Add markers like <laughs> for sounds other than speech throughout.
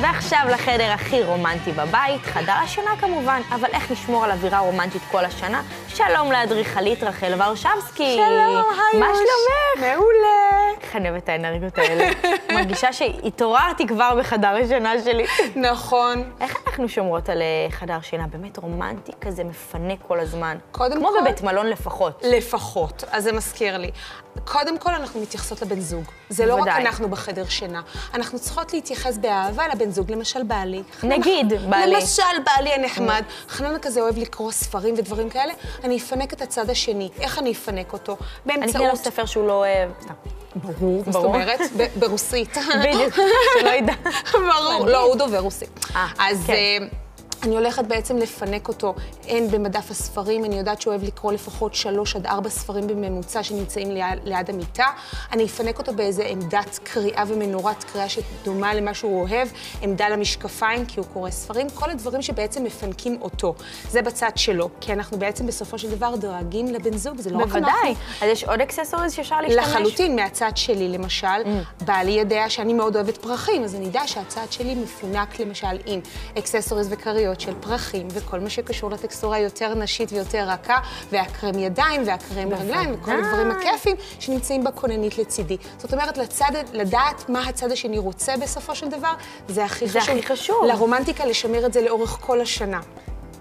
ועכשיו לחדר הכי רומנטי בבית, חדר השינה כמובן, אבל איך נשמור על אווירה רומנטית כל השנה? שלום לאדריכלית רחל ורשבסקי. שלום, היוש. מה שלומך? מעולה. חנבת האנרגיות <laughs> האלה. מרגישה שהתעוררתי כבר בחדר השינה שלי. נכון. איך אנחנו שומרות על אה, חדר שינה באמת רומנטי כזה, מפנה כל הזמן? קודם כמו כל- בבית מלון לפחות. לפחות, אז זה מזכיר לי. קודם כל, אנחנו מתייחסות לבן זוג. זה לא רק בוודאי. אנחנו בחדר שינה. אנחנו צריכות להתייחס באהבה לבן זוג, למשל בעלי. חננה- נגיד, בעלי. כן. למשל בעלי הנחמד. חננה כזה אוהב לקרוא ספרים ודברים כאלה, אני אפנק את הצד השני. איך אני אפנק אותו? אני אקנה לו באמצעות... ספר שהוא לא אוהב. <laughs> סתם. ברור, זאת ברור. אומרת, ב- ברוסית. <laughs> בדיוק, שלא ידע. ברור. מדהים. לא, הוא דובר רוסי. אה, אז כן. אה, אני הולכת בעצם לפנק אותו הן במדף הספרים, אני יודעת שהוא אוהב לקרוא לפחות שלוש עד ארבע ספרים בממוצע שנמצאים ליד, ליד המיטה. אני אפנק אותו באיזה עמדת קריאה ומנורת קריאה שדומה למה שהוא אוהב, עמדה למשקפיים, כי הוא קורא ספרים, כל הדברים שבעצם מפנקים אותו. זה בצד שלו, כי אנחנו בעצם בסופו של דבר דואגים לבן זוג, זה לא רק אנחנו. בוודאי. אז יש עוד אקססוריז שאפשר להשתמש? Mm. לחלוטין, מהצד שלי, למשל, בעלי יודע שאני מאוד אוהבת פרחים, אז אני יודע שהצד שלי מפונק, למשל, עם אקססוריז וכריות של פרחים, וכל מה שקשור לטקסטורה היותר נשית ויותר רכה, והקרם ידיים, והקרם נכון. רגליים, וכל בוודאי. הדברים הכיפים שנמצאים בכוננית לצידי. זאת אומרת, לצד, לדעת מה הצד השני רוצה בסופו של דבר, זה הכי זה חשוב. הכי חשוב. לרומנטיקה, לשמר את זה לאורך כל השנה.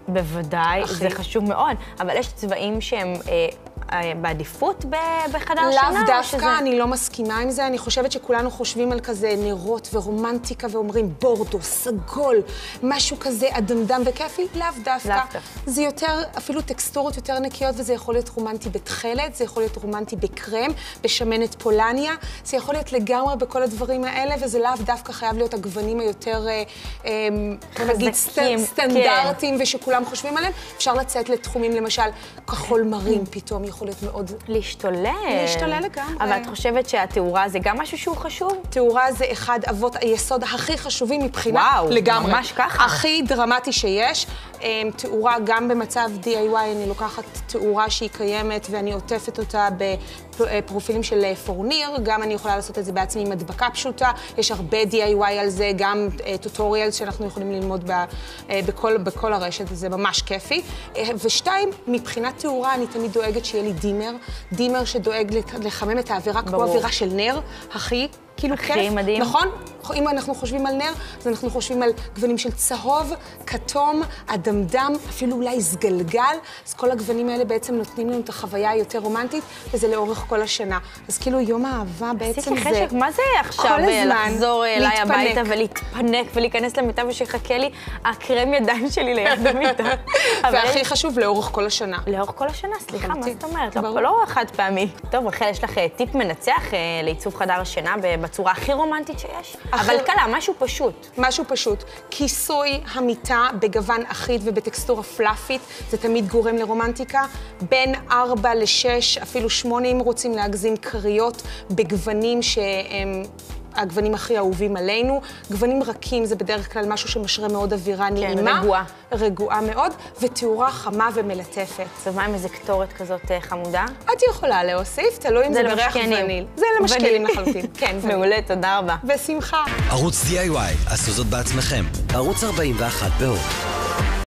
בוודאי, אחי. זה חשוב מאוד. אבל יש צבעים שהם אה, אה, בעדיפות ב- בחדר שינה? לאו או דווקא, שזה- אני לא מסכימה עם זה. אני חושבת שכולנו חושבים על כזה נרות ורומנטיקה ואומרים בורדו, סגול, משהו כזה אדמדם וכיפי, לאו דווקא. לאו דווקא. זה יותר, אפילו טקסטורות יותר נקיות, וזה יכול להיות רומנטי בתכלת, זה יכול להיות רומנטי בקרם, בשמנת פולניה, זה יכול להיות לגמרי בכל הדברים האלה, וזה לאו דווקא חייב להיות הגוונים היותר, אה, אה, בוא נגיד, סט, חזקים, סטנדרטיים, ושכולם חושבים עליהם. אפשר לצאת לתחומים, למשל, כחול כן. מרים פתאום יכול להיות מאוד להשתולל. להשתולל לגמרי. אבל את חושבת שהתאורה זה גם משהו שהוא חשוב? תאורה זה אחד אבות היסוד הכי חשובים מבחינה... וואו, לגמרי. ממש ככה. הכי דרמטי שיש. אמ, תאורה גם במצב DIY, אני לוקחת תאורה שהיא קיימת ואני עוטפת אותה בפרופילים של אה, פורניר, גם אני יכולה לעשות את זה בעצמי עם הדבקה פשוטה. יש הרבה DIY על זה, גם טוטוריאל שאנחנו יכולים ללמוד ב, אה, בכל, בכל הרשת, זה ממש כיפי. אה, ושתיים, מבחינת תאורה, אני תמיד דואגת שיהיה לי דימר. דימר שדואג לק- לחמם את האווירה כמו ברור. אווירה של נר, הכי... כאילו הכי כיף, אוקיי, מדהים. נכון? אם אנחנו חושבים על נר, אז אנחנו חושבים על גוונים של צהוב, כתום, אדמדם, אפילו אולי סגלגל. אז כל הגוונים האלה בעצם נותנים לנו את החוויה היותר רומנטית, וזה לאורך כל השנה. אז כאילו יום האהבה בעצם זה... עשית לי חשק, מה זה עכשיו כל אה, הזמן לחזור אליי להתפנק. הביתה ולהתפנק ולהיכנס למיטה ושיחכה לי הקרם ידיים שלי ליד <laughs> המיטה? אבל והכי חשוב, לאורך כל השנה. לאורך כל השנה, סליחה, מה לחלוטין. זאת אומרת? לא- ברור. לא חד פעמי. טוב, רחל, יש לך אה, טיפ מנצח אה, לעיצוב חדר השינה ב- בצורה הכי רומנטית שיש? הכי- אבל קלה, משהו פשוט. משהו פשוט. כיסוי המיטה בגוון אחיד ובטקסטורה פלאפית, זה תמיד גורם לרומנטיקה. בין 4 ל-6, אפילו 8 אם רוצים להגזים כריות בגוונים שהם... הגוונים הכי אהובים עלינו. גוונים רכים זה בדרך כלל משהו שמשרה מאוד אווירה נעימה. רגועה. רגועה מאוד, ותאורה חמה ומלטפת. אז מה עם איזה קטורת כזאת אה, חמודה? את יכולה להוסיף, תלוי אם זה, בריח וניל. זה <laughs> למשקיעים לחלוטין. כן, וניל. מעולה, תודה רבה. בשמחה. ערוץ DIY, עשו זאת בעצמכם. ערוץ 41 בהוט.